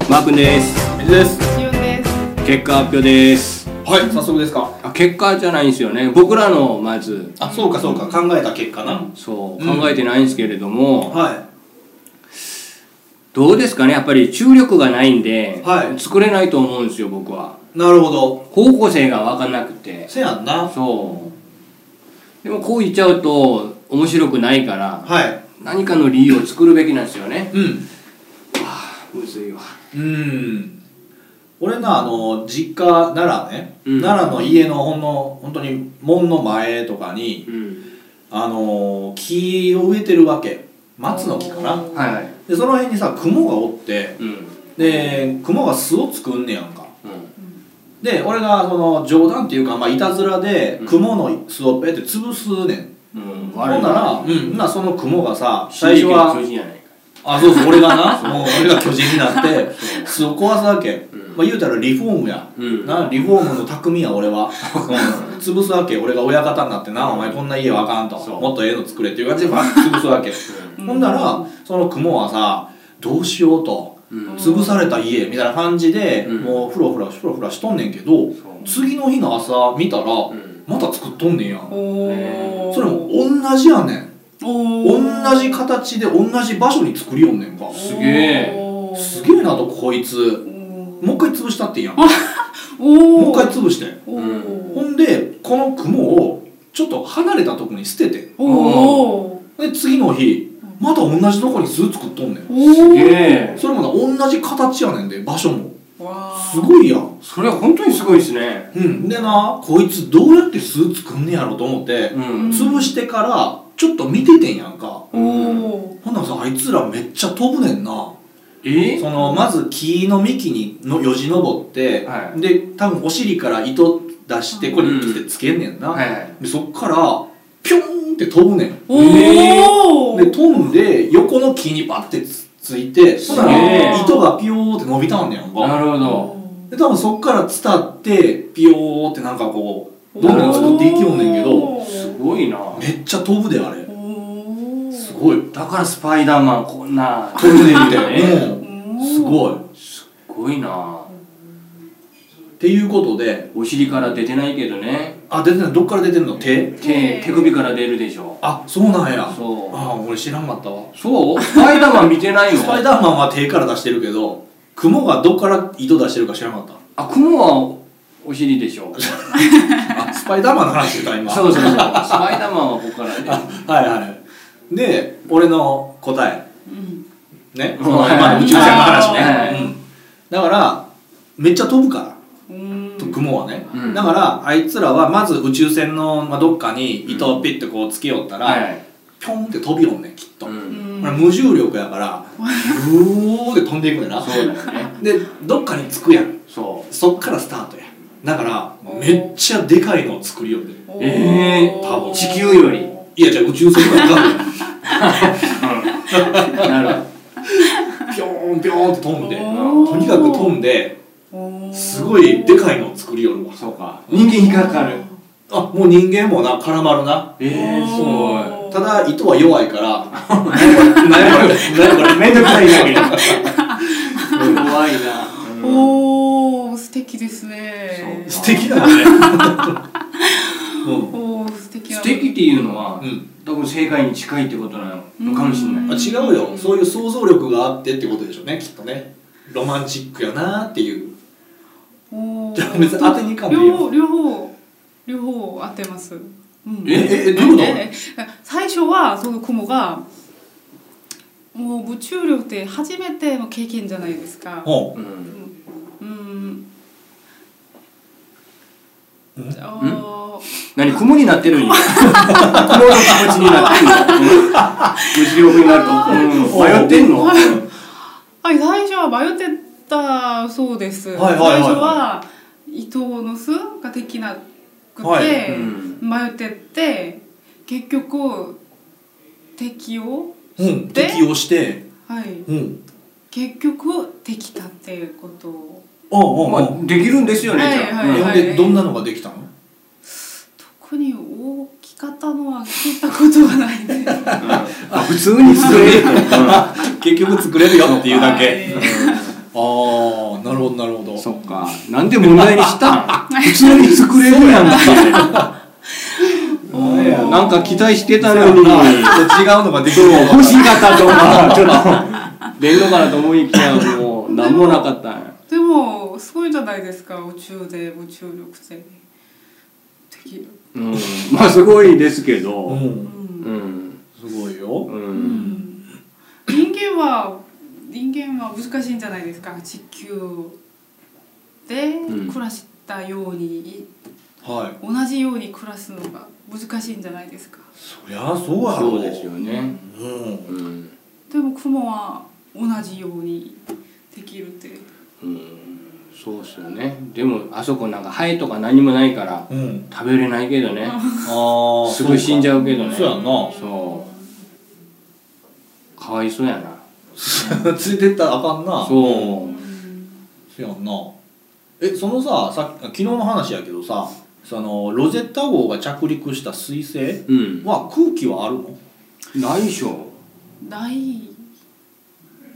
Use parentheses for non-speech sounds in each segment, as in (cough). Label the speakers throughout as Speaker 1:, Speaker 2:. Speaker 1: ーくんです
Speaker 2: 水です
Speaker 3: しおんです。
Speaker 1: 結果発表です
Speaker 2: はい早速ですか
Speaker 1: あ結果じゃないんですよね僕らのまず
Speaker 2: あそうかそうか考えた結果な
Speaker 1: そう
Speaker 2: うん
Speaker 1: 考えてないんですけれども、
Speaker 2: は
Speaker 1: どうですかねやっぱり注力がないんで、
Speaker 2: はい
Speaker 1: 作れないと思うんですよ僕はい
Speaker 2: なるほど
Speaker 1: 方向性が分かんなくて
Speaker 2: せやんな
Speaker 1: そうでもこう言っちゃうと面白くないから
Speaker 2: はい
Speaker 1: 何かの理由を作るべきなんですよね
Speaker 2: うん
Speaker 1: むずいわ
Speaker 2: うん俺なあの実家奈良ね、
Speaker 1: うん
Speaker 2: 奈良の家のほんの本当に門の前とかに
Speaker 1: うん
Speaker 2: あの木を植えてるわけ松の木かな
Speaker 1: はいはい
Speaker 2: でその辺にさ雲がおって
Speaker 1: うん
Speaker 2: で雲が巣を作んねやんか
Speaker 1: うん
Speaker 2: で俺がその冗談っていうか、まあ、いたずらで
Speaker 1: うん
Speaker 2: 雲の巣をペって潰すねん
Speaker 1: うん
Speaker 2: ほんなら、うん、なその雲がさ
Speaker 1: 最
Speaker 2: 最
Speaker 1: 初
Speaker 2: 初
Speaker 1: は
Speaker 2: は
Speaker 1: 通じないか
Speaker 2: あそうそう俺が
Speaker 1: (laughs)
Speaker 2: なもう俺が巨人になって巣を壊すわけ、
Speaker 1: うん
Speaker 2: まあ、言うたらリフォームや、
Speaker 1: うん
Speaker 2: なリフォームの匠や
Speaker 1: (laughs)
Speaker 2: 俺は潰すわけ俺が親方になってなお前こんな家はあかんと
Speaker 1: そう
Speaker 2: もっとええの作れっていう感じでバッて潰すわけ、ほんならその雲はさどうしようと
Speaker 1: うん
Speaker 2: 潰された家みたいな感じで、
Speaker 1: うん
Speaker 2: もうフラフラフラフラしとんねんけど
Speaker 1: そう
Speaker 2: 次の日の朝見たら
Speaker 1: うん
Speaker 2: また作っとんねんやん
Speaker 1: ね
Speaker 3: お
Speaker 2: それも同じやねん
Speaker 3: お
Speaker 2: 同じ形で同じ場所に作りよんねんか
Speaker 1: すげえ
Speaker 3: おー
Speaker 2: すげえなとこいつもう一回潰したっていいやんもう
Speaker 3: おー
Speaker 2: 一回潰して
Speaker 3: おー
Speaker 2: ほんでこの雲をちょっと離れたとこに捨てて
Speaker 3: おー
Speaker 2: で次の日また同じとこに巣作っとんねん
Speaker 3: お
Speaker 1: す
Speaker 3: す
Speaker 1: げえ
Speaker 2: それもな同じ形やねんで場所も
Speaker 3: わあ
Speaker 2: すごいやん
Speaker 1: それは本当にすごいですね
Speaker 2: うんでなこいつどうやって巣作んねやろと思って
Speaker 1: うん
Speaker 2: 潰してからちょっと見ててんやんか
Speaker 3: おお
Speaker 2: ほんならさあいつらめっちゃ飛ぶねんな
Speaker 1: え
Speaker 2: そのまず木の幹にのよじ登って、
Speaker 1: はい
Speaker 2: で多分お尻から糸出してこれ
Speaker 1: うん
Speaker 2: につけんねんな、
Speaker 1: はいはい
Speaker 2: でそっからピョーンって飛ぶねん
Speaker 3: お
Speaker 2: で飛んで横の木にバッてつついてそした
Speaker 1: すげ
Speaker 2: ら
Speaker 3: え
Speaker 2: 糸がピヨーって伸びたんねやん
Speaker 1: な
Speaker 2: か
Speaker 1: るほど
Speaker 3: ど
Speaker 2: で多分そっから伝ってピヨーってなんかこうどんどん作っていきよんねんけど
Speaker 1: すごいな
Speaker 2: めっちゃ飛ぶであれ
Speaker 3: おお
Speaker 2: すごい
Speaker 1: (laughs) だからスパイダーマンこんな
Speaker 2: 飛ぶねみたいな
Speaker 1: ね
Speaker 2: うんすごいっ
Speaker 1: すっごいな
Speaker 2: ていうことで
Speaker 1: お尻から出てないけどね
Speaker 2: あ出てないどっから出てんの手
Speaker 1: 手手首から出るでしょ
Speaker 2: あそうなんや
Speaker 1: そう
Speaker 2: ああ俺知らんかったわ
Speaker 1: そうスパイダーマン見てないの
Speaker 2: スパイダーマンは手から出してるけど雲がどっから糸出してるか知らなかっ
Speaker 1: あ雲はお尻でしょ
Speaker 2: たあスパイダーマンの話してた今
Speaker 1: そうそうそうスパイダーマンはここからね
Speaker 2: はいはいで俺の答え
Speaker 3: うん
Speaker 2: ね
Speaker 1: うん
Speaker 2: その今の宇宙船の話
Speaker 1: はい
Speaker 2: ね、うんだからめっちゃ飛ぶから
Speaker 3: うん
Speaker 2: 雲はね、
Speaker 1: うん
Speaker 2: だからあいつらはまず宇宙船の、まあ、どっかに糸をピッてこうつけよったら、
Speaker 1: はいはい
Speaker 2: ピョンって飛びよんねきっと、
Speaker 1: う
Speaker 2: こ
Speaker 1: ん
Speaker 3: うん
Speaker 2: れ無重力や
Speaker 1: (laughs)
Speaker 2: からうおーって飛んでいくねんな
Speaker 1: そうだよね
Speaker 2: でどっかに着くやん
Speaker 1: そ
Speaker 2: そっからスタートやだからめっちゃでかいのを作りよる
Speaker 3: おー
Speaker 1: ええ多分地球より
Speaker 2: いやじゃあ宇宙船がガン
Speaker 1: うなるほ
Speaker 2: (laughs) ピョーンピョーンって飛んで
Speaker 3: おー
Speaker 2: とにかく飛んで
Speaker 3: おー
Speaker 2: すごいでかいのを作りよるわ
Speaker 1: どそうか人間引っかかる
Speaker 2: あもう人間もな絡まるな
Speaker 1: ええすごい
Speaker 3: おー
Speaker 2: ただ糸は弱いから何これ何これ (laughs) めんどくさいなみたいな
Speaker 1: 怖いな
Speaker 3: おー素敵ですね
Speaker 2: 素敵だ (laughs) よね
Speaker 3: おー素敵
Speaker 1: 素敵っていうのは
Speaker 2: うん、うん
Speaker 1: 多分正解に近いってことなのかもしれない
Speaker 2: あ違うよそういう想像力があってってことでしょうねきっとねロマンチックやなっていう
Speaker 3: おー
Speaker 2: じゃあ別に当てに行かんでいい
Speaker 3: 両
Speaker 2: よ
Speaker 3: 方両方両方当てます、うん
Speaker 1: え
Speaker 2: ええどういうこと
Speaker 3: え最初はその雲がもう宇宙力って初めての経験じゃないですか
Speaker 2: ほ
Speaker 1: うん
Speaker 3: うん
Speaker 2: うん
Speaker 3: あ
Speaker 1: 何雲になってる
Speaker 3: (laughs)
Speaker 1: んや雲の気持ちになってるんや無重力になると、うん、迷ってんの、
Speaker 3: は
Speaker 1: うん
Speaker 3: はい最初は迷ってたそうです、
Speaker 2: はいはいはい
Speaker 3: 最初は伊藤の巣ができなくて、
Speaker 2: はい
Speaker 1: うん
Speaker 3: 迷ってって結局敵を
Speaker 2: う、うん、
Speaker 3: で
Speaker 2: 適応して
Speaker 3: はい
Speaker 2: うん
Speaker 3: 結局できたっていうこと
Speaker 2: あああ
Speaker 1: ま
Speaker 2: ああ
Speaker 1: あ、できるんですよね、
Speaker 3: はい
Speaker 1: じゃあ、
Speaker 3: はい
Speaker 2: あ
Speaker 3: はい
Speaker 2: でどんなのができたの
Speaker 3: 特に大きかったのは聞いたことがないです
Speaker 1: うんあ普通に作れる、うん
Speaker 2: 結局作れるよって
Speaker 3: いうだけ
Speaker 1: う
Speaker 2: ああなるほどなるほど
Speaker 1: そっかなんで問題にしたん普通に作れるやん
Speaker 3: (laughs)
Speaker 1: って
Speaker 2: うん
Speaker 1: なんか期待してた
Speaker 2: な
Speaker 1: の
Speaker 2: るほ
Speaker 1: に
Speaker 2: ど違うのができ
Speaker 1: そう
Speaker 2: る
Speaker 1: 欲しかったとかちょっと出んのかなと思いきやもう何もなかったんや
Speaker 3: でもすごいじゃないですか宇宙で宇宙力制にできる、
Speaker 1: うんまあすごいですけど
Speaker 2: う
Speaker 3: うんん
Speaker 1: うん
Speaker 2: すごいよ、
Speaker 1: う
Speaker 3: うんん人間は人間は難しいんじゃないですか地球で
Speaker 1: うん
Speaker 3: 暮らしたように、
Speaker 2: はい
Speaker 3: 同じように暮らすのが難しいんじゃないですか
Speaker 2: そりゃそうやろ
Speaker 1: そうですよね
Speaker 2: うん
Speaker 1: うん
Speaker 3: でも雲は同じようにできるって
Speaker 1: うんそうっすよねでもあそこなんかハエとか何もないから
Speaker 2: うん
Speaker 1: 食べれないけどね
Speaker 2: ああ
Speaker 1: すぐ死んじ
Speaker 2: ゃ
Speaker 1: ゃうけどね
Speaker 2: そうやんな
Speaker 1: そうかわいそうやな
Speaker 2: ついてったらあかんな
Speaker 1: そううん
Speaker 2: そうやんなえそのささっき昨日の話やけどさそのロゼッタ号が着陸した彗星
Speaker 1: うん
Speaker 2: は空気はあるの
Speaker 1: ないでしょ
Speaker 3: ない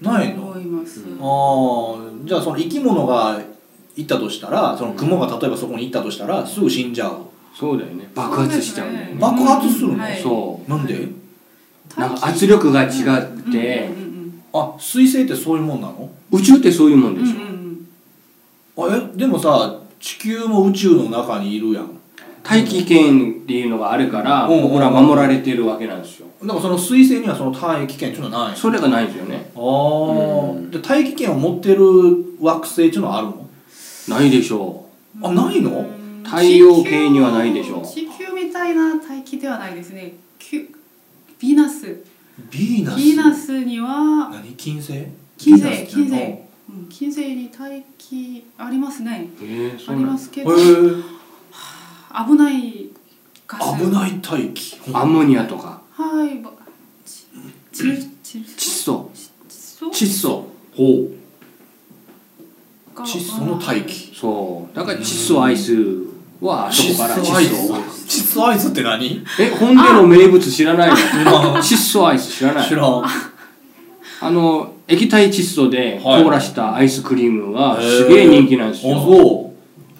Speaker 2: ないの
Speaker 3: 思います、
Speaker 1: うん
Speaker 2: ああじゃあその生き物が行ったとしたらその雲が例えばそこに行ったとしたらすぐ死んじゃう
Speaker 1: そうだよね爆発しちゃうんだよね
Speaker 2: 爆発するの
Speaker 3: はい
Speaker 1: そ
Speaker 2: なんで
Speaker 1: なんか圧力が違って
Speaker 3: うんうん
Speaker 2: あ彗星ってそういうもんなの
Speaker 1: 宇宙ってそういうもん
Speaker 3: うん
Speaker 1: で
Speaker 3: うん
Speaker 1: し
Speaker 3: う
Speaker 1: ょ
Speaker 3: んうん
Speaker 2: あえでもさ地球も宇宙の中にいるやん
Speaker 1: 大気圏っていうのがあるから
Speaker 2: うん
Speaker 1: 僕ら守られてるわけなんですよ
Speaker 2: だからその彗星にはその大気圏っていうのはない
Speaker 1: それがないんですよね
Speaker 2: ああ、
Speaker 1: うん
Speaker 2: で大気圏を持ってる惑星っていうのはあるの
Speaker 1: ないでしょ
Speaker 2: あないの、
Speaker 3: うん
Speaker 1: 太陽系にはないでしょう
Speaker 3: 地球地球みたいな大気ではないですねきゅヴィーナスヴ
Speaker 2: ビーナス
Speaker 3: ィーナスには
Speaker 2: 何金星
Speaker 3: 金
Speaker 2: ビーナスってい
Speaker 3: 星
Speaker 2: う
Speaker 3: 金
Speaker 2: の
Speaker 3: 星うん金星に大気ありますね
Speaker 1: うへえ
Speaker 3: あ
Speaker 1: そう
Speaker 3: り
Speaker 1: な
Speaker 3: ま
Speaker 1: んだ
Speaker 3: すけど
Speaker 2: へ
Speaker 3: 危ないガス
Speaker 2: え危ない大気
Speaker 1: アンモニアとか
Speaker 3: はいばちちち
Speaker 1: 窒素
Speaker 3: 窒素
Speaker 1: 窒素
Speaker 2: ほう
Speaker 3: が
Speaker 2: 窒素の大気
Speaker 1: そうだから窒素アイスはあそこから
Speaker 2: 窒
Speaker 1: 窒
Speaker 2: 素アイス
Speaker 1: 素
Speaker 2: 窒素アイスって何
Speaker 1: え本家の名物知らないの
Speaker 2: 今
Speaker 1: 窒素アイス知らない
Speaker 2: 知らん
Speaker 1: あの液体窒素で
Speaker 2: はい
Speaker 1: 凍らしたアイスクリームが
Speaker 2: へー
Speaker 1: すげえ人気なんですよ、
Speaker 2: あそう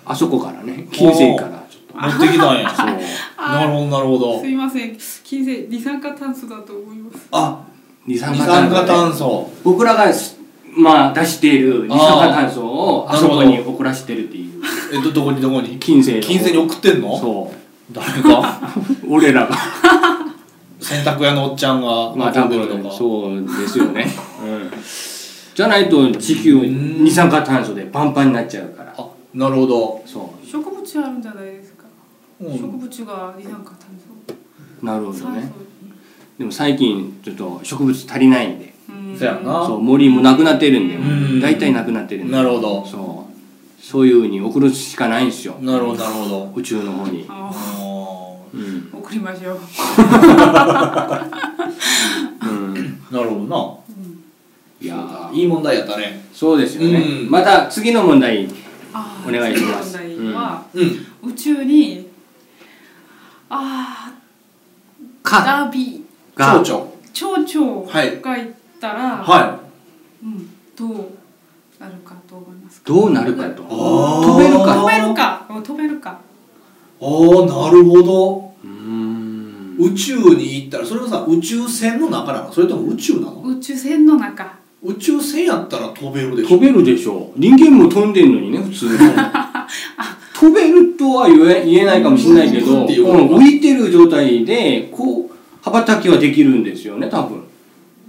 Speaker 1: あそこからね金星からちょっと
Speaker 2: 持ってきたんや
Speaker 1: (laughs) そう
Speaker 3: あ
Speaker 2: なるほどなるほど
Speaker 3: すいません金星二酸化炭素だと思います
Speaker 2: あ
Speaker 1: 二酸
Speaker 2: 二
Speaker 1: 化炭
Speaker 2: 酸化
Speaker 1: 素
Speaker 2: 炭素
Speaker 1: 僕らがすまあ出している二酸化炭素を
Speaker 2: あー
Speaker 1: あそこに送らせてるっていう
Speaker 2: えどどこにどこに
Speaker 1: 金星の
Speaker 2: 金星に送ってんの
Speaker 1: そ
Speaker 2: 誰が
Speaker 1: う俺 (laughs) らが
Speaker 2: (laughs) 洗濯屋のおっちゃんが
Speaker 1: まあ多
Speaker 2: 運んでる
Speaker 1: 分
Speaker 2: とか
Speaker 1: そうですよね、うん、じゃないと地球
Speaker 2: ん
Speaker 1: 二酸化炭素でパンパンになっちゃうから
Speaker 2: あなるほど、
Speaker 1: そ
Speaker 3: 植物あるんじゃないですか、
Speaker 2: うん
Speaker 3: 植物が二酸化炭素
Speaker 1: うなるほど
Speaker 3: 酸素
Speaker 1: ねでも最近ちょっと植物足りないんで
Speaker 3: うん
Speaker 2: そやな
Speaker 1: そう森もなくなってるんで
Speaker 2: うん
Speaker 1: 大体なくなってるんで
Speaker 2: なるほど
Speaker 1: そうそういうふうに送るしかないんですよ
Speaker 2: なるほどなるほど
Speaker 1: 宇宙の方に、
Speaker 3: あ
Speaker 2: あ
Speaker 1: うん
Speaker 3: ー送りましょう
Speaker 1: うん、
Speaker 2: ーなるほど
Speaker 1: いや
Speaker 2: な
Speaker 1: ー
Speaker 2: いい問題やったね
Speaker 1: そうですよね
Speaker 2: うん
Speaker 1: また次の問題
Speaker 3: あー
Speaker 1: お願いします
Speaker 3: 次の問題は、
Speaker 2: うん
Speaker 3: 宇宙にああ
Speaker 1: か
Speaker 3: ダビ
Speaker 1: が
Speaker 2: 蝶々
Speaker 3: 蝶々が
Speaker 2: はい
Speaker 3: 行ったら、
Speaker 2: は
Speaker 3: うん、どうなるかと思いますか
Speaker 1: どうなるかと
Speaker 2: ー
Speaker 1: 飛べるか
Speaker 3: 飛べるかうん飛べるか
Speaker 2: いああなるほど
Speaker 1: うーん
Speaker 2: 宇宙に行ったらそれはさ宇宙船の中なのそれとも宇宙なの
Speaker 3: 宇宙船の中
Speaker 2: 宇宙船やったら飛べるでし
Speaker 1: 飛
Speaker 2: ょ
Speaker 1: べるでしょう人間も飛んでんのにね普通に
Speaker 2: (laughs)
Speaker 1: 飛べるとは言え言えないかもしれないけ
Speaker 2: うん
Speaker 1: ど、
Speaker 2: っていう
Speaker 1: うん浮いてる状態でこう羽ばたきはできるんですよね多分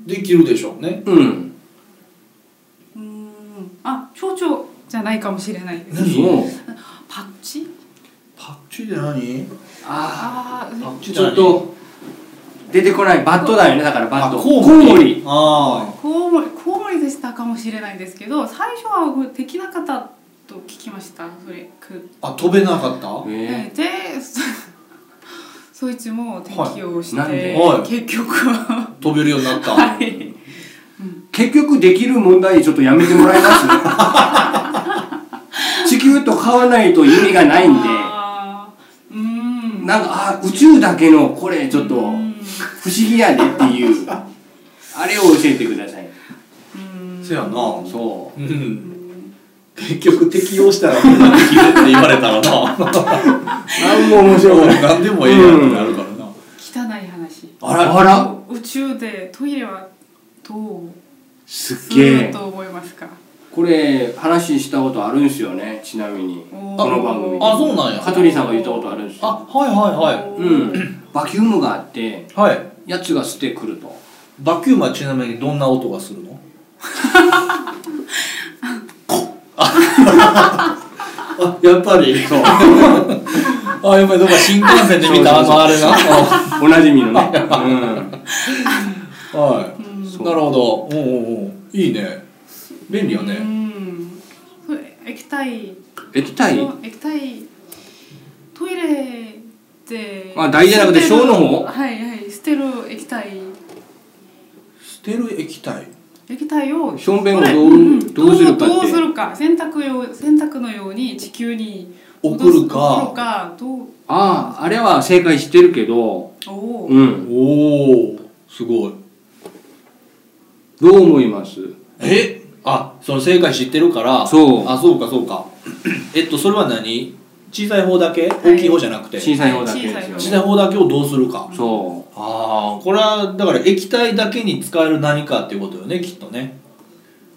Speaker 2: できるでしょうね
Speaker 1: うん
Speaker 3: うーんあ蝶々じゃないかもしれないです
Speaker 2: 何
Speaker 1: そう
Speaker 3: パッチ
Speaker 2: パッチリって何
Speaker 1: あ
Speaker 3: あー
Speaker 2: パ
Speaker 1: あ
Speaker 2: ッチリ
Speaker 1: ちょっと出てこないバットだよねだからバット
Speaker 2: コウ
Speaker 1: コウ
Speaker 2: モ
Speaker 1: モ
Speaker 2: リ
Speaker 1: リ
Speaker 2: あ
Speaker 3: コウモリコウモリでしたかもしれないですけど最初はできなかったと聞きましたそれく、
Speaker 2: ああ飛べなかった
Speaker 1: ええ
Speaker 3: でそそいつも適応して、
Speaker 1: はいなんで
Speaker 2: はい
Speaker 3: 結局は
Speaker 2: 飛べるようになった、
Speaker 3: はい
Speaker 1: 結局できる問題ちょっとやめてもらいます
Speaker 2: (laughs)
Speaker 1: ね地球と買わないと意味がないんで
Speaker 3: あーうーん
Speaker 1: なんかあ宇宙だけのこれちょっと
Speaker 3: う
Speaker 1: 不
Speaker 3: ーん
Speaker 1: 思議やでっていうあれを教えてください
Speaker 3: うん
Speaker 2: (laughs) せやな
Speaker 1: そう
Speaker 3: うんん
Speaker 2: 結局適用 (laughs) したらみんなできるって言われたらな
Speaker 1: うなんも面白くない
Speaker 2: (laughs) 何でもええやんってなるからな、
Speaker 3: 汚い話
Speaker 1: あらあら
Speaker 3: 宇宙でトイレはどう
Speaker 1: すっ
Speaker 3: す
Speaker 1: げ
Speaker 3: る
Speaker 1: え
Speaker 3: と思いますか
Speaker 1: これ話したことあるんすよねちなみに
Speaker 3: おー
Speaker 1: この番組
Speaker 2: あそうなんや
Speaker 1: 香取さんが言ったことあるんです
Speaker 2: あ
Speaker 1: よ
Speaker 2: はいは
Speaker 1: う、んバキュームがあって
Speaker 2: いはいはい
Speaker 1: やつが吸ってくると
Speaker 2: バキュームはちなみにどんな音がす (laughs) るの (laughs) あやっぱり
Speaker 1: そう
Speaker 2: あやっぱりどっか新幹線で見たあのあれな (laughs) は
Speaker 1: おなじみの
Speaker 2: (laughs)
Speaker 1: ね、うん、
Speaker 2: い
Speaker 3: うん
Speaker 1: そう
Speaker 2: なるほどおうおうおういいね便利よ
Speaker 3: う
Speaker 2: ね
Speaker 3: んそれ液体
Speaker 1: 液体
Speaker 3: その液体トイレで
Speaker 1: あ大事じゃなくて
Speaker 3: 捨る
Speaker 1: 小の方
Speaker 3: はいはい捨てる液体
Speaker 2: 捨てる液体
Speaker 3: 液体を
Speaker 1: しょんべんを
Speaker 3: これ
Speaker 1: どう
Speaker 3: うん
Speaker 1: どうするかって
Speaker 3: どうするか洗濯用洗濯のように地球に
Speaker 2: 送るか
Speaker 3: 戻す送るかどう
Speaker 1: あああれは正解してるけど
Speaker 3: おー
Speaker 1: うん
Speaker 2: おおすごい
Speaker 1: どう思います
Speaker 2: えあその正解知ってるから
Speaker 1: そう
Speaker 2: あそうかそうかえっとそれは何小さい方だけ大きい方じゃなくて、
Speaker 1: 小さい方だけで
Speaker 2: 小
Speaker 1: す
Speaker 2: さい
Speaker 1: よね
Speaker 2: 方だけをどうするか
Speaker 1: そ
Speaker 2: ああこれはだから液体だけに使える何かっていうことよねきっとね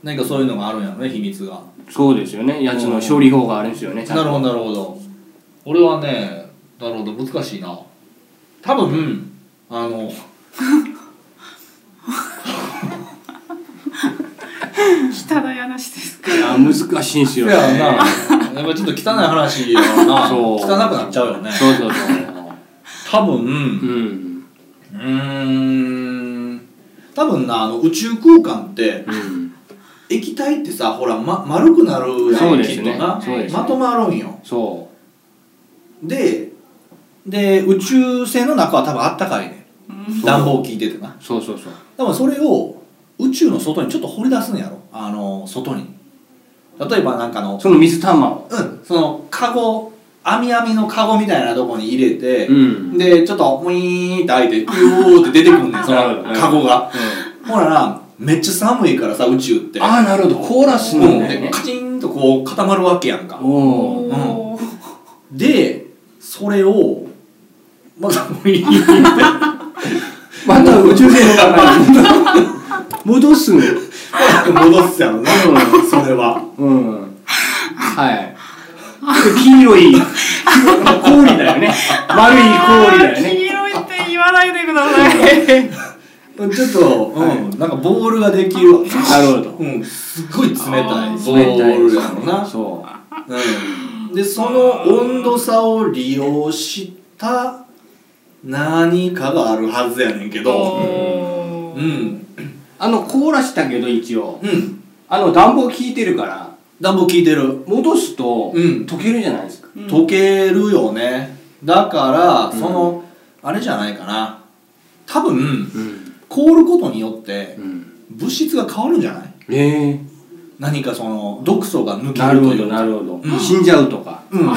Speaker 2: 何かそういうのがあるんやろね秘密が
Speaker 1: うそうですよねやつの処理法があるんですよね
Speaker 2: なるほどなるほど俺はねなるほど難しいな多分あの
Speaker 3: 汚い話ですか
Speaker 1: いや難しいんすよ
Speaker 2: や
Speaker 1: ね
Speaker 2: なやっぱちょっと汚い話やろ
Speaker 1: (laughs)
Speaker 2: な
Speaker 1: そう
Speaker 2: 汚くなっちゃうよね
Speaker 1: そうそうそう
Speaker 2: 多分、
Speaker 1: うん
Speaker 2: うーん多分なあの宇宙空間って
Speaker 1: うん
Speaker 2: 液体ってさほら、ま、丸くなるやん
Speaker 1: そうですね
Speaker 2: きっとな
Speaker 1: そうですね
Speaker 2: まとまるんよ
Speaker 1: そ
Speaker 2: でで宇宙船の中は多分あったかいね
Speaker 3: うん
Speaker 2: 暖房効いててな
Speaker 1: うそうそうそう
Speaker 2: 多分それを宇宙の外にちょっと掘り出すんやろあの外に例えばなんかの
Speaker 1: その水玉を
Speaker 2: うんそのカゴ網網のカゴみたいなとこに入れて、
Speaker 1: うん
Speaker 2: でちょっとウィーンって開いてピューって出てくんねんそ
Speaker 1: なる
Speaker 2: の
Speaker 1: ほど
Speaker 2: カゴが。ほらな、めっちゃ寒いからさ、宇宙って。
Speaker 1: ああなるほどコーラス
Speaker 2: う
Speaker 1: の
Speaker 2: ん、で
Speaker 1: ね
Speaker 2: カチンとこう固まるわけやんか。
Speaker 1: おお
Speaker 3: おー
Speaker 2: で、それを、また
Speaker 1: また宇宙船の中に戻すの
Speaker 2: 戻すやろな、それは。
Speaker 1: うんはい黄色い氷だよね丸い氷だよね
Speaker 3: 黄色いって言わないでくだ
Speaker 1: (laughs)
Speaker 3: さ
Speaker 2: ちょ
Speaker 3: い
Speaker 2: っと、うん、
Speaker 1: はい
Speaker 2: なんかボールができるわ。
Speaker 1: なるほど
Speaker 2: うん、すっごい冷たい
Speaker 3: あー
Speaker 2: ボールやろな。
Speaker 1: そ
Speaker 2: うん、で、その温度差を利用した何かがあるはずやねんけど、
Speaker 3: お
Speaker 2: う
Speaker 3: ー
Speaker 2: ん、
Speaker 1: うあの凍らしたけど一応
Speaker 2: うん、
Speaker 1: あの暖房効いてるから
Speaker 2: 暖房効いてる。
Speaker 1: 戻すと
Speaker 2: うん
Speaker 1: 溶けるじゃないですか
Speaker 3: うん
Speaker 2: 溶けるよねだから
Speaker 1: うん
Speaker 2: その、あれじゃないかな多分
Speaker 1: うん
Speaker 2: 凍ることによって
Speaker 1: うん
Speaker 2: 物質が変わるんじゃない
Speaker 1: ええ
Speaker 2: 何かその毒素が抜け
Speaker 1: な
Speaker 2: る
Speaker 1: る
Speaker 2: と
Speaker 1: ほ
Speaker 2: い
Speaker 1: ど
Speaker 2: う
Speaker 1: な
Speaker 2: か
Speaker 1: るほど
Speaker 2: うん
Speaker 1: 死んじゃうとか
Speaker 2: うん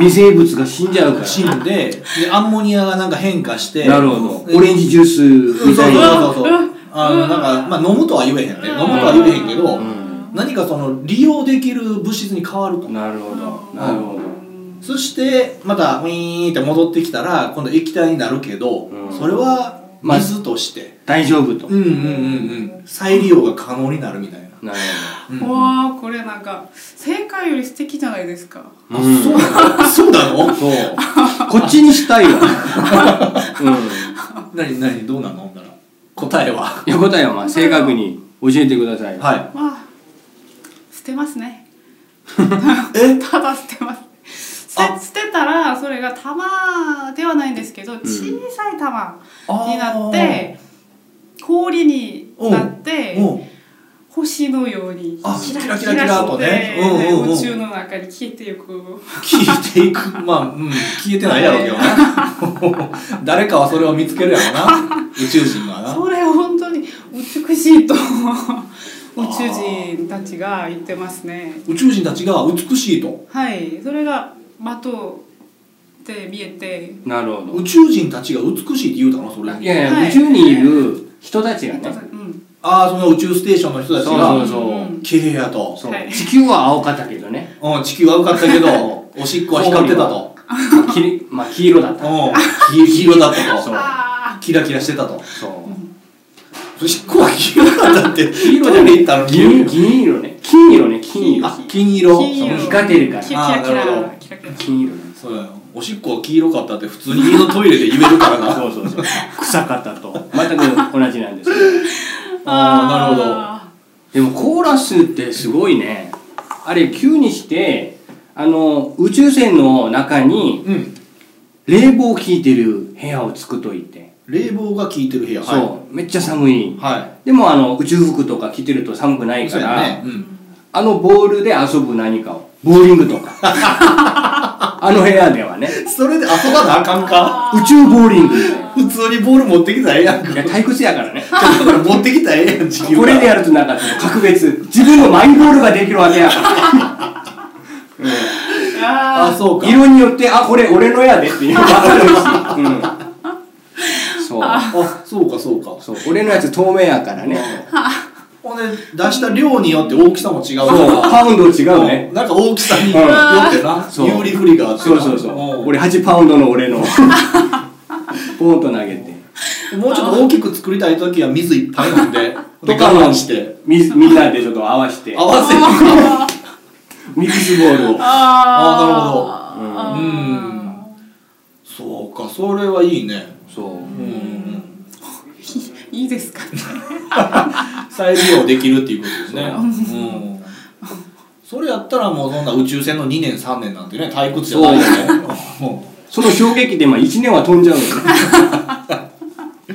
Speaker 1: 微生物が死んじゃうから
Speaker 2: 死んででアンモニアがなんか変化して
Speaker 1: なるほ
Speaker 2: で
Speaker 1: どオレンジジュース
Speaker 2: そう
Speaker 1: み
Speaker 2: そ
Speaker 1: た
Speaker 2: う
Speaker 1: いな
Speaker 2: そうそうあのなんか、まあ、飲むとは言えへんね飲むとは言えへんけど、
Speaker 1: うん
Speaker 2: 何かその利用できる物質に変わると
Speaker 1: なるほどなるほ
Speaker 2: そしてまたウィーンって戻ってきたら今度液体になるけど、
Speaker 1: うん
Speaker 2: それは水として、
Speaker 1: 大丈夫と
Speaker 2: うんうんうんうん再利用が可能になるみたいな、
Speaker 1: なる
Speaker 2: うん
Speaker 3: う
Speaker 2: あ
Speaker 3: わーこれなんか正解より素敵じゃないですか
Speaker 1: ほどうん
Speaker 2: そうなのそうなの
Speaker 1: そうこっちにしたい (laughs) わうん
Speaker 2: 何何どうなのほんなら答えはい
Speaker 1: や答えはまあ正確に教えてください
Speaker 2: は
Speaker 3: まあ捨てますね
Speaker 2: え
Speaker 3: (laughs) ただ捨てます捨
Speaker 2: あ
Speaker 3: て捨てたらそれが玉ではないんですけど小さい玉
Speaker 2: あー
Speaker 3: になって氷になって
Speaker 2: いもう
Speaker 3: 星のように
Speaker 2: あ
Speaker 3: キ
Speaker 2: キ
Speaker 3: ラ
Speaker 2: ラ
Speaker 3: キ
Speaker 2: キ
Speaker 3: ラ
Speaker 2: ラキ
Speaker 3: して
Speaker 2: ラとねうんうんうん
Speaker 3: 宇宙の中に消えていく
Speaker 2: 消えてい
Speaker 1: (laughs)
Speaker 2: くまあ、うん、消えてないやろうけどな誰かは (laughs) それを見つけるやろな宇宙人がな
Speaker 3: それ本当に美しいと宇宙人たちが言ってますね
Speaker 2: 宇宙人たちが美しいと
Speaker 3: はいそれが的で見えて
Speaker 1: なるほ
Speaker 2: 宇宙人たちが美しいって言うたのそれ
Speaker 1: どいやい
Speaker 3: は
Speaker 1: や
Speaker 3: い
Speaker 1: 宇宙にいる人たちがね
Speaker 3: うん
Speaker 2: ああその宇宙ステーションの人たち
Speaker 1: そうそ
Speaker 2: が
Speaker 1: うそう
Speaker 3: うん
Speaker 2: 綺麗やと
Speaker 1: そう
Speaker 3: はい
Speaker 1: 地球は青かったけど (laughs) ね
Speaker 2: うん地球は受かった
Speaker 1: (laughs)
Speaker 2: けどおしっこは光ってたと
Speaker 1: きりまあ黄色だった
Speaker 2: うん黄色だった
Speaker 1: そ
Speaker 2: と
Speaker 1: う
Speaker 3: あ
Speaker 2: キラキラしてたと
Speaker 1: そう
Speaker 2: おしっこは黄色だったって
Speaker 1: 黄色じゃ
Speaker 2: ト
Speaker 1: な
Speaker 2: イレ
Speaker 1: い
Speaker 2: 行ったの
Speaker 1: 銀
Speaker 2: に
Speaker 1: 銀色ね金色ね金色
Speaker 2: あ金色
Speaker 3: 金色
Speaker 1: そう光ってるか
Speaker 3: あ
Speaker 1: ら
Speaker 3: キ
Speaker 2: あ
Speaker 3: ラ
Speaker 2: ー
Speaker 3: キ
Speaker 2: なるほ
Speaker 3: ラキラ
Speaker 2: ど
Speaker 3: キラキラ
Speaker 1: 金色なんです
Speaker 2: そうやおしっこは黄色かったって普通に家のトイレで言えるからな
Speaker 1: そう (laughs) そうそう臭かったと全く同じなんですけど
Speaker 2: あーなるほど
Speaker 3: あ
Speaker 1: でもコーラスってすごいねあれ急にしてあの宇宙船の中に
Speaker 2: うん
Speaker 1: 冷房効いてる部屋を作っといて、
Speaker 2: 冷房が効いてる部屋は
Speaker 1: そうめっちゃ寒い
Speaker 2: いは
Speaker 1: でもあの宇宙服とか着てると寒くないいから、
Speaker 2: そうやねうん
Speaker 1: あのボールで遊ぶ何かをボーリングと
Speaker 2: (laughs)
Speaker 1: かあの部屋ではね
Speaker 2: それで遊ばなあかんか
Speaker 1: 宇宙ボーリングみたいな
Speaker 2: 普通にボール持ってきたらええ (laughs) やんか
Speaker 1: いや退屈やからね
Speaker 2: だから持ってきたらええやん地球が
Speaker 1: これでやるとなんかちょっと格別自分のマイボールができるわけやから
Speaker 2: (laughs)
Speaker 1: (laughs)
Speaker 3: ーあ
Speaker 2: あそうか
Speaker 1: 色によってあこれ俺のやでっていうのが分かるし、うん、そう
Speaker 2: あそうかそうか
Speaker 1: そう俺のやつ透明やからね
Speaker 2: ほんで出した量によって大きさも違う
Speaker 1: そう
Speaker 2: から
Speaker 1: パウンド違うね
Speaker 2: なんか大きさによ
Speaker 1: うん
Speaker 2: ってな
Speaker 1: そう
Speaker 2: 有利不利があって
Speaker 1: そ
Speaker 2: な
Speaker 1: うそうそ
Speaker 2: ん
Speaker 1: う俺8パウンドの
Speaker 2: (laughs)
Speaker 1: 俺のポンと投げて
Speaker 2: もうちょっと大きく作りたい時は水いっぱい飲んで (laughs)
Speaker 1: と
Speaker 2: で
Speaker 1: か
Speaker 2: 我
Speaker 1: の
Speaker 2: 慢して
Speaker 1: みみんなでちょっと合わせて
Speaker 2: 合わせてあ
Speaker 1: ミックスボールを
Speaker 3: あ
Speaker 2: あ
Speaker 3: ー
Speaker 1: ー
Speaker 2: なるほど
Speaker 3: あ
Speaker 2: そうかそれはいいね
Speaker 1: そう
Speaker 2: うんうんうん
Speaker 3: ーいいですかね
Speaker 2: 再利用できるっていうことですねうんそれやったらもうそんな宇宙船の2年3年なんてね退屈じゃないよね
Speaker 1: その衝撃でまあ1年は飛んじゃうの
Speaker 2: (laughs)
Speaker 1: ね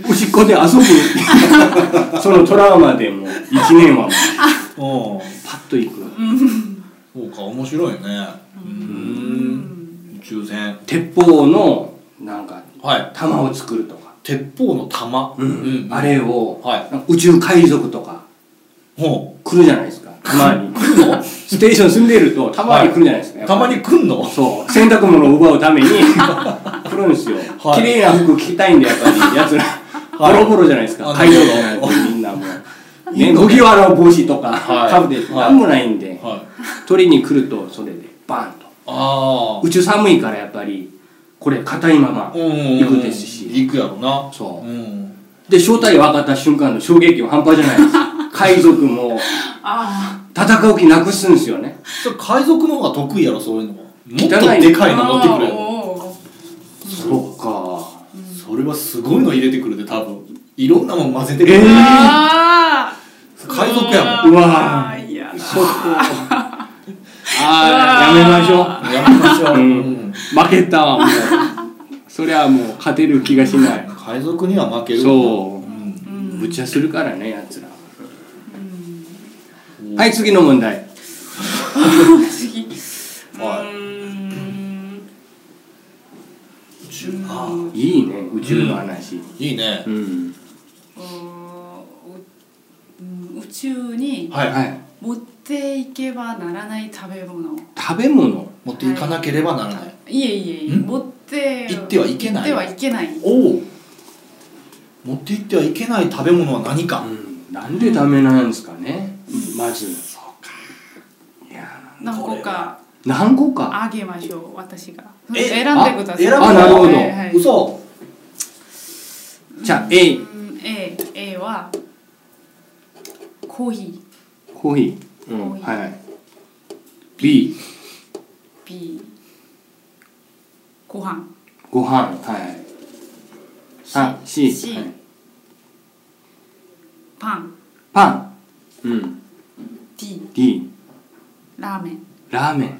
Speaker 1: おしっこで遊ぶそのトラウマでもう1年はもう
Speaker 2: うんうん
Speaker 1: パッといく
Speaker 2: そうか面白いねうん宇宙船
Speaker 1: 鉄砲のなんか
Speaker 2: はい
Speaker 1: 弾を作るとか、
Speaker 2: 鉄砲の弾うん
Speaker 1: あれを、
Speaker 2: はい
Speaker 1: なんか宇宙海賊とか
Speaker 2: ほ
Speaker 1: 来るじゃないですかたまにステーション住んでるとたまに来るじゃないですか、
Speaker 2: うたま
Speaker 1: やっ
Speaker 2: に来んの
Speaker 1: ぱりそう洗濯物を奪うた
Speaker 2: (laughs)
Speaker 1: めに来るんですよ、
Speaker 2: は
Speaker 1: 綺
Speaker 2: い
Speaker 1: 麗な服着たいんでやっぱりやつら、
Speaker 2: はい
Speaker 1: ボロボロじゃないですか
Speaker 2: あ
Speaker 1: 海賊なんてみんなもう
Speaker 2: いい
Speaker 1: ね
Speaker 2: の
Speaker 1: ゴギワラの帽子とか、
Speaker 2: はい
Speaker 1: かぶって
Speaker 2: はい
Speaker 1: 何もないんで、
Speaker 2: はい
Speaker 1: 取りに来るとそれでバンと
Speaker 2: ああ
Speaker 1: 宇宙寒いからやっぱりこれ硬いまま行くですし、
Speaker 2: 行くやろな
Speaker 1: そう
Speaker 2: うん
Speaker 1: で正体が分かった瞬間の衝撃は半端じゃない (laughs) です海賊も
Speaker 3: あ
Speaker 1: 戦う気なくすんですよね
Speaker 2: それ海賊の方が得意やろそういうのももっと
Speaker 1: 汚い
Speaker 2: で
Speaker 3: ー
Speaker 2: かいの持ってくるや
Speaker 3: あー
Speaker 2: ろ
Speaker 3: おー
Speaker 1: そうか
Speaker 2: それはすごいの入れてくるで多分いろんなもん混ぜてくる、
Speaker 1: えー
Speaker 3: あー
Speaker 2: 海賊や
Speaker 1: もん
Speaker 3: う
Speaker 1: う
Speaker 3: わ
Speaker 1: わ
Speaker 3: ーいやだ
Speaker 1: そう (laughs) かああやめましょう
Speaker 2: もんやめましょう、
Speaker 1: う
Speaker 2: うん
Speaker 1: ん、負けたわもうそりゃもう勝てる気がしない
Speaker 2: 海賊には負ける、
Speaker 1: そう
Speaker 3: う
Speaker 1: うん無茶するからねやつら
Speaker 3: うん
Speaker 2: ん、
Speaker 1: はい次の問題
Speaker 3: 次うーん
Speaker 2: 宇宙あ
Speaker 1: いいね宇宙の話
Speaker 2: いいね
Speaker 1: う、ん、
Speaker 3: おうん宇宙に
Speaker 2: はい、
Speaker 1: はい
Speaker 3: 持っていけばならない食べ物
Speaker 1: 食べ物
Speaker 2: 持っていかなければならない、
Speaker 3: いえいえいえ
Speaker 2: ん
Speaker 3: 持って
Speaker 2: 行ってはいけない
Speaker 3: 行ってはいけない
Speaker 2: おお持って行ってはいけない食べ物は何か、
Speaker 1: うんなんでダメなんですかね、まずいや
Speaker 3: 何個か
Speaker 1: ー何個か
Speaker 3: あげましょう私が
Speaker 2: え
Speaker 3: 選んでください
Speaker 2: 選ぶの
Speaker 1: あなるほど
Speaker 3: はいはい
Speaker 2: 嘘
Speaker 1: じゃあ A
Speaker 3: うん A, A はコーヒ
Speaker 1: コーヒー、
Speaker 3: コーヒー
Speaker 1: はいはい B
Speaker 3: ー B ご飯
Speaker 1: ご飯はいはいさ C,
Speaker 3: C
Speaker 1: はい、
Speaker 3: パン
Speaker 1: パンうん
Speaker 3: D
Speaker 1: D
Speaker 3: ラーメン
Speaker 1: ラーメン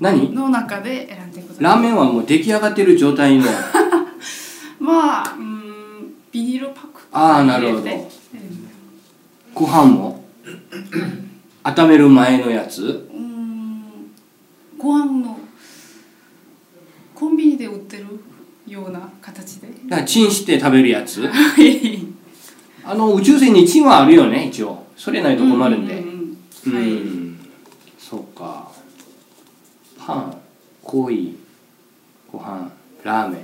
Speaker 1: 何
Speaker 3: の中で選んでください
Speaker 1: ラーメンはもう出来上がってる状 (laughs) 態の
Speaker 3: まあうんビニールパック
Speaker 1: ああなるほど
Speaker 3: 入れて
Speaker 1: ご飯も温める前のやつ
Speaker 3: うんうんご飯のコンビニで売ってるような形で
Speaker 1: だからチンして食べるやつ
Speaker 3: はい
Speaker 1: あの宇宙船にチンはあるよね一応それないと (laughs) 困るんで
Speaker 3: う
Speaker 1: う
Speaker 3: うんんはい
Speaker 1: そうかパンコーヒーご飯ラーメン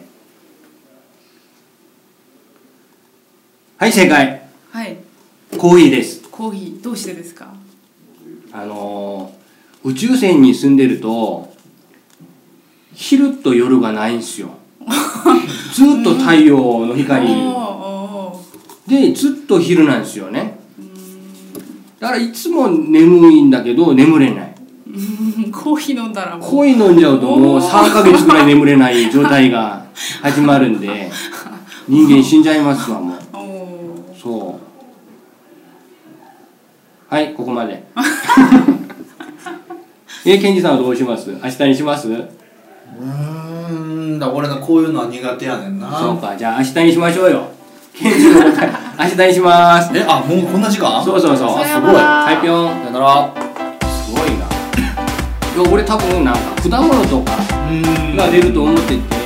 Speaker 1: はい正解
Speaker 3: はい
Speaker 1: コーヒーです
Speaker 3: ココーヒーどうしてですか
Speaker 1: あのー宇宙船に住んでると昼と夜がないんですよずっと太陽の光
Speaker 3: おーおーおー
Speaker 1: でずっと昼なんですよねだからいつも眠いんだけど眠れない
Speaker 3: うんコーヒー飲んだらもう
Speaker 1: コイン飲んじゃうともう3ヶ月ぐらい眠れない状態が始まるん
Speaker 3: (laughs)
Speaker 1: で人間死んじゃいますわもう
Speaker 3: おー
Speaker 1: そうはいここま
Speaker 3: (laughs)
Speaker 1: でえケンジさんはどうします明日にします
Speaker 2: うーんだから俺のこういうのは苦手やねんな
Speaker 1: そうかじゃあ明日にしましょうよケンジの答え明日にします
Speaker 2: えあもうこんな時間
Speaker 1: そうそうそう
Speaker 3: さ
Speaker 1: す
Speaker 3: よ
Speaker 1: ご
Speaker 3: ないら
Speaker 1: はいぴょん
Speaker 2: さよなら
Speaker 1: すごいないや俺多分なんか果物とか
Speaker 2: うーん
Speaker 1: が出ると思ってて